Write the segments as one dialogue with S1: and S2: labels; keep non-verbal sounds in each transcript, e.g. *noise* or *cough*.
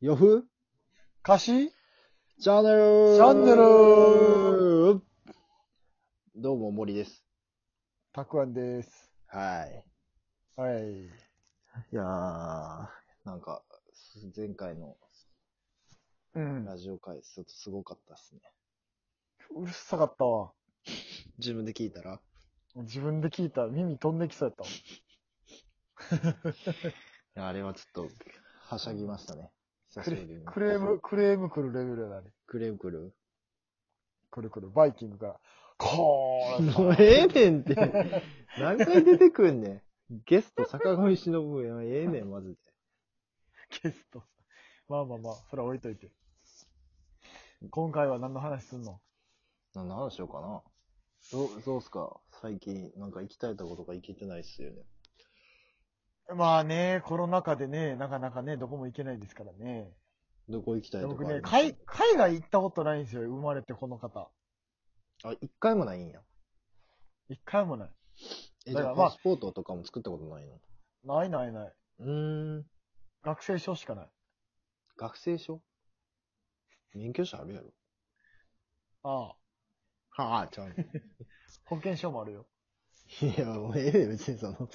S1: よふ
S2: 歌詞
S1: チャンネル
S2: チャンネル
S1: どうも、森です。
S2: たくあんです。
S1: はい。
S2: はい。
S1: いやー、なんか、前回の
S2: うん。
S1: ラジオ会、ちょっとすごかったっすね。
S2: うるさかったわ。
S1: 自分で聞いたら
S2: 自分で聞いたら耳飛んできそうやっ
S1: いやあれはちょっと、はしゃぎましたね。
S2: たわ。
S1: 久し
S2: クレ
S1: ぶりに
S2: クレーム、クレーム来るレベルやな、ね。
S1: クレーム来る
S2: 来る来る。バイキングから。こー
S1: もう *laughs* ええねんって。何回出てくんねん。ゲスト、坂上忍やん。ええねん、マジで。
S2: ゲスト。まあまあまあ、それは置いといて。今回は何の話すんの
S1: な何しようかな。どう、どうすか最近、なんか行きたいとことか行けてないっすよね。
S2: まあね、コロナ禍でね、なかなかね、どこも行けないですからね。
S1: どこ行きたいとか
S2: 僕
S1: あり
S2: ね、
S1: ます
S2: 海、海外行ったことないんですよ、生まれてこの方。
S1: あ、一回もないんや。
S2: 一回もない。
S1: え、じ
S2: だ
S1: ゃ
S2: か
S1: あ
S2: らまあ
S1: パスポートとかも作ったことないの
S2: ないないない。
S1: うーん。
S2: 学生証しかない。
S1: 学生証免許証あるやろ
S2: ああ。
S1: はあ、ちゃうね
S2: 保険証もあるよ。
S1: ん。いや、もうええで、別にその、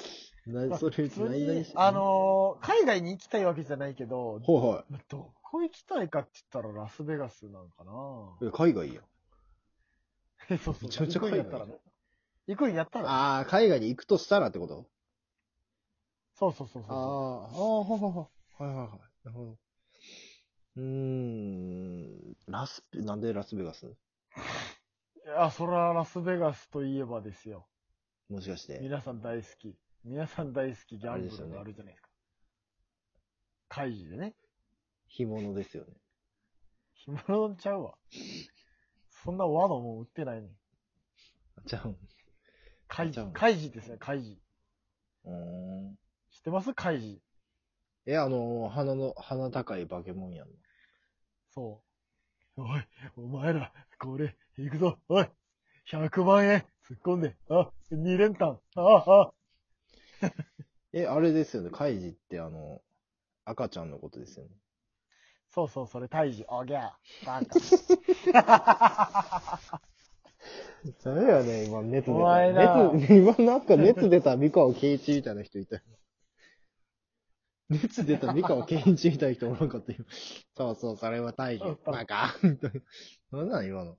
S2: ま
S1: な、*laughs*
S2: あ
S1: それ、
S2: 普通
S1: 何々
S2: に
S1: し、
S2: あ、のー海外に行きたいわけじゃないけど、
S1: ほうは
S2: どこ行きたいかって言ったらラスベガスなのか
S1: い。
S2: な
S1: え海外やん。
S2: え、そうそう。
S1: めちゃめちゃ
S2: 行くんやったらね。行くんやったら。
S1: ああ、海外に行くとしたらってこと
S2: そうそうそう
S1: あ
S2: そ
S1: あ、ああ、ほうほうほう。はいはいはい。なるほど。うーん、ラスベ、なんでラスベガス
S2: う。いや、そらラスベガスといえばですよ。
S1: もしかして。
S2: 皆さん大好き。皆さん大好きギャンブルが
S1: あ
S2: あ
S1: れ
S2: るじゃないですか。会議でね。
S1: 干物ですよね。
S2: 干物ちゃうわ。そんな和のもん売ってないねん。
S1: じゃあ、
S2: 会
S1: ちゃう
S2: 議
S1: の。
S2: 会議ですね、会議。
S1: うーん。
S2: 知ってます会議。
S1: え、あの、鼻の、鼻高い化け物やんの。
S2: そう。おい、お前ら、これ、行くぞ、おい、100万円、突っ込んで、あ、2連単、あ、あ、
S1: え、あれですよね。カイジってあの、赤ちゃんのことですよね。
S2: そうそう、それ、退治、おぎゃ、バ
S1: *laughs*
S2: カ。
S1: ダメよね、今熱
S2: 出たお前な
S1: 熱、今なんか熱出た三河健一みたいな人いたよ。熱出た三河健一みたいな人おらんかったよ。そうそう、それは大事。バカ。 *laughs* みたいな。なんなん
S2: *laughs*
S1: 今の。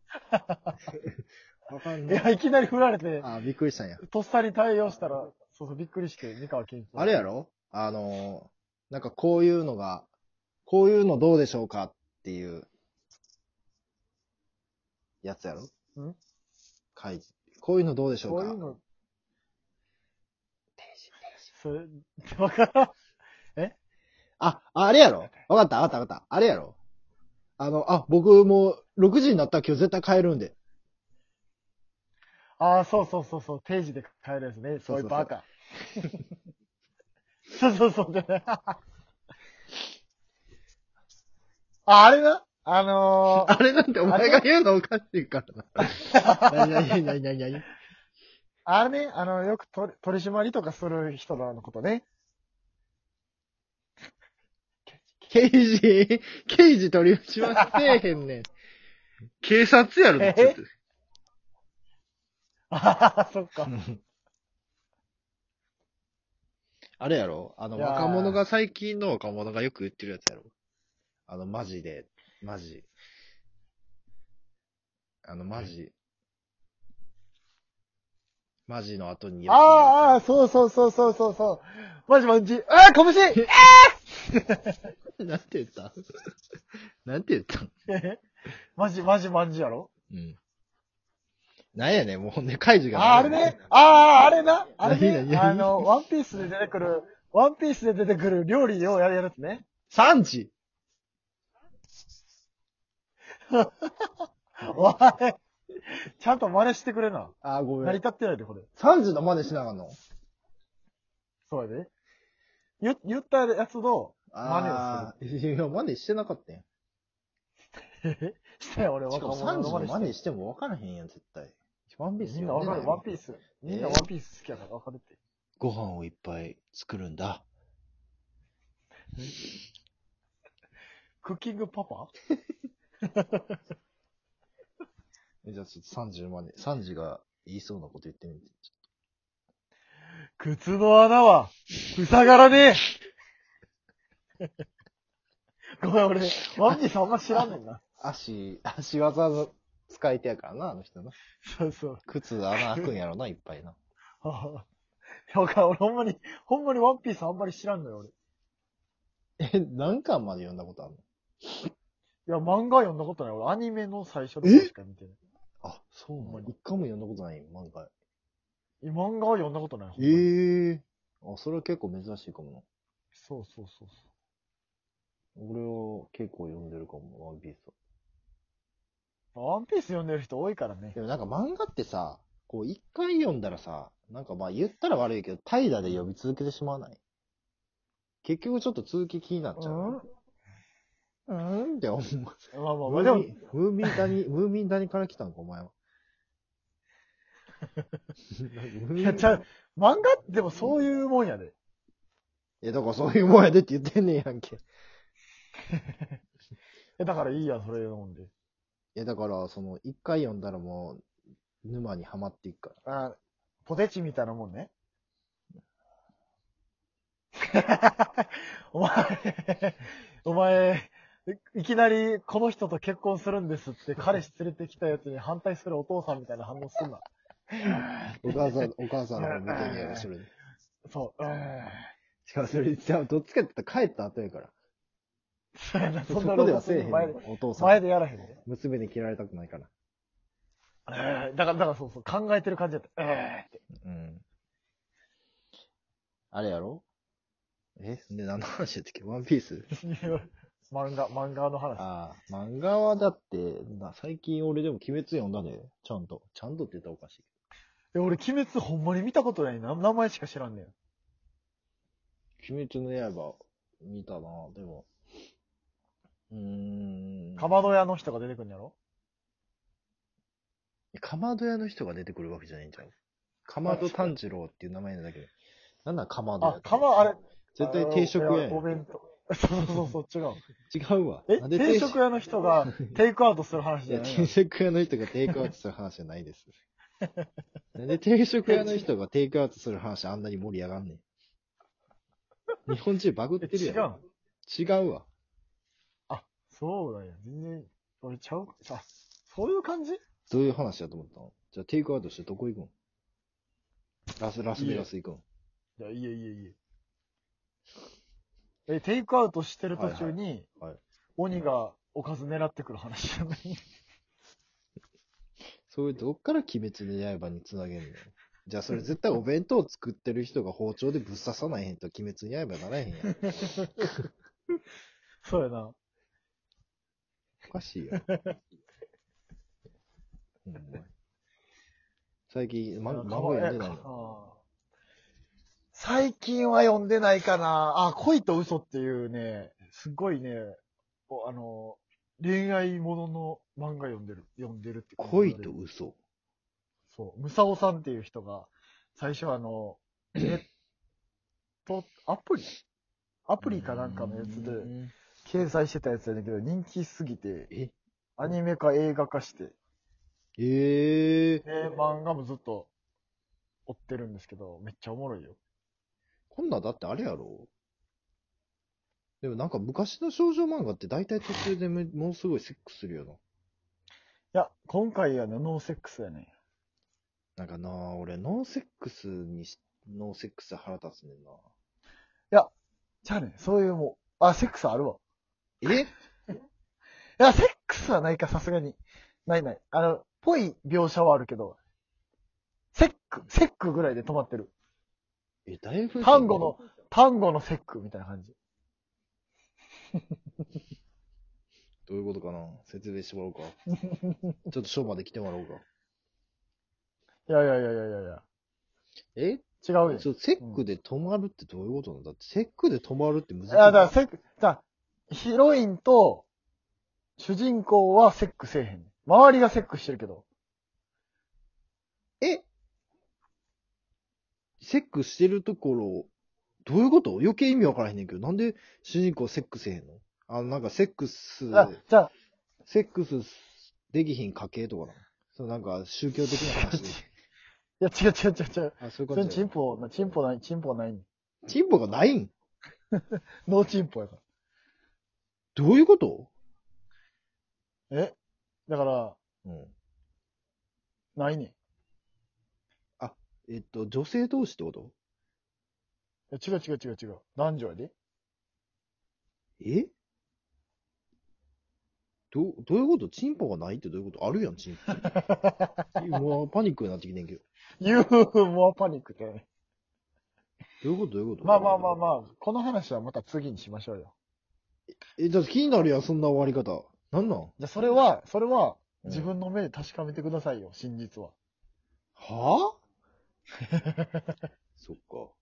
S1: わかん
S2: い
S1: ない。
S2: や、いきなり振られて、
S1: あ、びっくりしたんや。
S2: とっさに対応したら、そうそう、びっくりして、三河健一。
S1: あれやろあの、なんかこういうのが、こういうのどうでしょうかっていう、やつやろ
S2: ん
S1: 会議。こういうのどうでしょう
S2: こ
S1: か
S2: ういうの、それ、わからん。
S1: あ、あれやろわかったわかったわかった。あれやろあの、あ、僕もう6時になったら今日絶対帰るんで。
S2: ああ、そうそうそうそう、定時で帰るやつね。
S1: そ
S2: そ
S1: そうそう
S2: うういうバカ。 *laughs* そうそうそう。 *laughs* じゃないあ、あれなあの
S1: *laughs* *laughs*
S2: ー、
S1: あれなんてお前が言うのおかしいからな。なになになになになに
S2: あれね、あの、よく取り取り締まりとかする人らのことね。
S1: 刑事、刑事取り打ちはせえへんねん。 *laughs* 警察やろ
S2: え
S1: ちょっと
S2: ああ、そっか。
S1: あれやろあの、
S2: いやー
S1: 若者が最近の若者がよく言ってるやつやろあの、マジで、マジ。あの、マジ。マジの後に
S2: ああ、ああ、
S1: あ
S2: そうそうそうそうそうそう。マジマジ。ああ、拳え
S1: あ *laughs* なんて言ったなんて言った
S2: え *laughs* マジ、マジマジやろ
S1: うん。なんやねん、もうほんで、カイジが。
S2: あ、あれね。ああ、あれな。あれ
S1: 何
S2: ね。
S1: 何
S2: あの、ワンピースで出てくる、ワンピースで出てくる料理をやるやつね。
S1: 産地
S2: おい。ちゃんと真似してくれな。
S1: ああ、ご
S2: 成り。立ってないで、これ。
S1: 産地の真似しながらの。
S2: そうやで。言、言ったやつの、
S1: ああ、いや、真似してなかったやん。
S2: *laughs* して俺
S1: し
S2: 若
S1: かも
S2: 者
S1: 3時の真
S2: の真似
S1: 似
S2: し
S1: しても分からへんやん、絶対。ワンピー
S2: て。
S1: ス
S2: みんなわかる、ワン
S1: ース。
S2: ピース。みんなワンピース好きやからわかるって。
S1: ご飯をいっぱい作るんだ。
S2: クッキングパパ
S1: えじゃあちょっと30まで、サンジが言いそうなこと言ってみて。
S2: 靴の穴は、塞がらねえ *laughs* ごめん、俺、ワンピースあんま知らんねんな。
S1: 足、 *laughs* 足技の使い手やからな、あの人な。
S2: そうそう。
S1: 靴穴開くんやろ *laughs* な、いっぱいな。
S2: ああ。 *laughs* わかん俺ほんまに、ほんまにワンピースあんまり知らんのよ、俺。い
S1: え、何巻まで読んだことあるの
S2: や、漫画読んだことない。俺、アニメの最初の方しか見てない。
S1: あ、そう
S2: なの
S1: 一回も読んだことない、漫画。
S2: いや漫画は読んだことない。ほんまに
S1: ええあ、それは結構珍しいかも
S2: そうそうそうそ
S1: な。俺は結構読んでるかも、ワンピースは。
S2: う。ワンピース読んでる人多いからね
S1: で。もなんか漫画ってさ、こう一回読んだらさ、なんかまあ言ったら悪いけど、怠惰で読み続けてしまわない結局ちょっと続き気になっちゃ
S2: うん
S1: う。うん、って思う。
S2: まあまあま
S1: ム
S2: あ、で
S1: ー
S2: も
S1: ミ、ン、ムーミン谷、ムーミン谷から来たんか、お *laughs* 前は。
S2: い
S1: い
S2: や、ちゃう、漫画ってでもそういうもんやで。
S1: いや、だからそういうもんやでって言ってんねんやんけ。い
S2: え、だからいいやん、それ読んで。
S1: や、だから、その、一回読んだらもう、沼にはまっていくか
S2: あポテチみたいなも
S1: *laughs*
S2: んね。お前、お前、いきなりこの人と結婚するんですって彼氏連れてきたやつに反対するお父さんみたいな反応すんな。
S1: ら。お母 *laughs* さん、お母さんの方見てんねやろ、それで。
S2: そう。うん
S1: しかもそれ、じゃあ、どっちかって言ったら帰った後やから。
S2: そうやな、
S1: そ
S2: そんな
S1: こではせえへん
S2: 前で
S1: の、お父さ
S2: 前
S1: ん。
S2: でやらへんね。
S1: 娘に嫌われたくないから。
S2: うんだから、だからそうそう、考えてる感じだった。うんって
S1: うん。あれやろえで、何の話やったっけワンピース
S2: *laughs* 漫画、漫画の話。
S1: ああ、漫画はだって、な最近俺でも鬼滅読んだね。ちゃんと。ちゃんとって言ったらおかしい。
S2: え俺、鬼滅ほんまに見たことないな。名前しか知らんねん。
S1: 鬼滅の刃見たなでも。うーん。
S2: かまど屋の人が出てくんやろ
S1: かまど屋の人が出てくるわけじゃないんちゃうかまど炭治郎っていう名前なんだけど。なんなんかまど屋
S2: あ
S1: っ、て
S2: かま、あれ、
S1: 絶対定食屋やん
S2: お弁当。 *laughs* そうそうそうそう、違う。
S1: 違うわ。
S2: え
S1: な、んで
S2: 定食屋の
S1: *laughs*
S2: 人がテイクアウトする話
S1: い
S2: じゃ
S1: や、
S2: ない
S1: 定
S2: の
S1: 食屋の人がテイクアウトする話じゃない
S2: *laughs*
S1: です。なんで定食屋の人がテイクアウトする話あんなに盛り上がんねん。日本中バグっ
S2: え
S1: てる
S2: 違
S1: や
S2: う
S1: ろ
S2: の。
S1: 違うわ。
S2: そうだよ。全然、俺ちゃう。あ、そういう感じ
S1: どういう話だと思ったのじゃあテイクアウトしてどこ行くんラス、ラスベガス行くん
S2: いや、いいえいいえいいえ。え、テイクアウトしてる途中に、
S1: はいはいはい
S2: 鬼がおかず狙ってくる話じゃない
S1: そういう、どっから鬼滅の刃につなげんのじゃあそれ絶対お弁当を作ってる人が包丁でぶっ刺さないへんと鬼滅の刃ならへんやん。
S2: そうやな。
S1: おかしい
S2: *laughs*
S1: よ。ほんまに最近、ま、
S2: か
S1: 漫
S2: ま
S1: 画読んでない
S2: え
S1: の
S2: あー最近は読んでないかな。あ、恋と嘘っていうね、すっごいね、おあの、恋愛ものの漫画読んでる。読んでるっていうか
S1: 恋と嘘。
S2: そう。ムサオさんっていう人が、最初はあ
S1: *clears throat*
S2: の、ネット、アプリアプリかなんかのやつで、掲載してたやつやねんけど、人気すぎて、
S1: え
S2: アニメ化映画化して、
S1: ええ
S2: で、漫画もずっと追ってるんですけど、めっちゃおもろいよ。
S1: こんなんだってあれやろでもなんか昔の少女漫画って大体途中でめものすごいセックスするよ
S2: いや、今回はね、ノーセックスやね。
S1: な。なんかなあ、俺ノーセックスにし、ノーセックス腹立つねんな。
S2: じゃあね、そういうもう、あ、セックスあるわ。
S1: え
S2: いや、セックスはないか、さすがに。ないない。あの、ぽい描写はあるけど、セック、セックぐらいで止まってる。
S1: え、だいぶ。
S2: 単語の。、単語のセックみたいな感じ。
S1: どういうことかな説明してもらおうか。ちょっとショーまで来てもらおうか。
S2: いやいやいやいやいやいや。
S1: え
S2: 違うよ。
S1: そう、セックで止まるってどういうことなのだって、セックで止まるって難し
S2: い
S1: い。
S2: や、だからセック、だからヒロインと主人公はセックせえへん。周りがセックしてるけど。
S1: えセックしてるところ、どういうこと余計意味わからへんねんけど、なんで主人公セックせえへんのあの、なんかセックス、
S2: あ、じゃあ、
S1: セックスできひん家系とかなのそうなんか宗教的な
S2: *laughs*
S1: 話で。
S2: いや、違う違う違う違う。
S1: あ、そういうこ
S2: そ
S1: と
S2: れチ
S1: じゃ
S2: ンポな、チンポない、チンポない。
S1: チンポがないん
S2: ノーチンポやか
S1: どういうこと
S2: ら。えだから、
S1: うん。
S2: ないねん。い
S1: えっと、女性同士ってこと
S2: や違う違う違う違う。男女やで。
S1: えどう、どういうことチンポがないってどういうことあるやん、チン
S2: *laughs*
S1: ポ。もうパニックになってきてんけど。
S2: ユーモアパニックだね。
S1: どういうことどういうこと
S2: まあまあまあまあ、この話はまた次にしましょうよ。
S1: え、だって気になるやん、そんな終わり方。なんなん
S2: じゃあ、それは、それは、
S1: うん
S2: 自分の目で確かめてくださいよ、真実は。
S1: は
S2: *laughs*
S1: ぁそっか。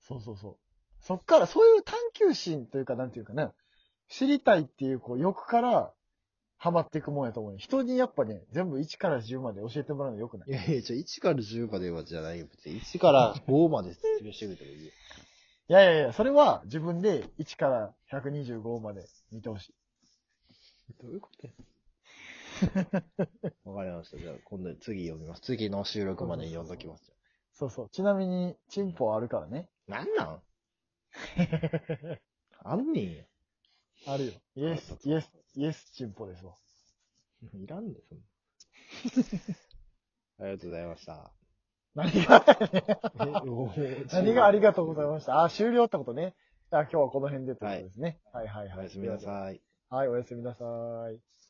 S2: そうそうそう。そっから、そういう探求心というか、なんていうかね、知りたいっていう、こう、欲から、ハマっていくもんやと思うよ。人にやっぱね、全部1から10まで教えてもらうのよくない
S1: いやいや、じゃあ1から10まではじゃないよ。別に1から5まで説明してくれたらいいよ。
S2: いやいやいや、それは自分で1から125まで見てほしい。
S1: どういう
S2: *laughs*
S1: ことやわかりました。じゃあ今度次読みます。次の収録までに読んどきます。
S2: そうそう。ちなみに、チンポはあるからね。
S1: なんなんあんねんや。
S2: あるよ。イエス、イエス、イエスチンポですわ。
S1: いらんで、そんな。ありがとうございました。
S2: 何が、何がありがとうござい
S1: す。
S2: ました。あ、終了ってことね。あ今日はこの辺でということですね。はい、はい、はい。
S1: おやすみなさい。
S2: はい、おやすみなさい。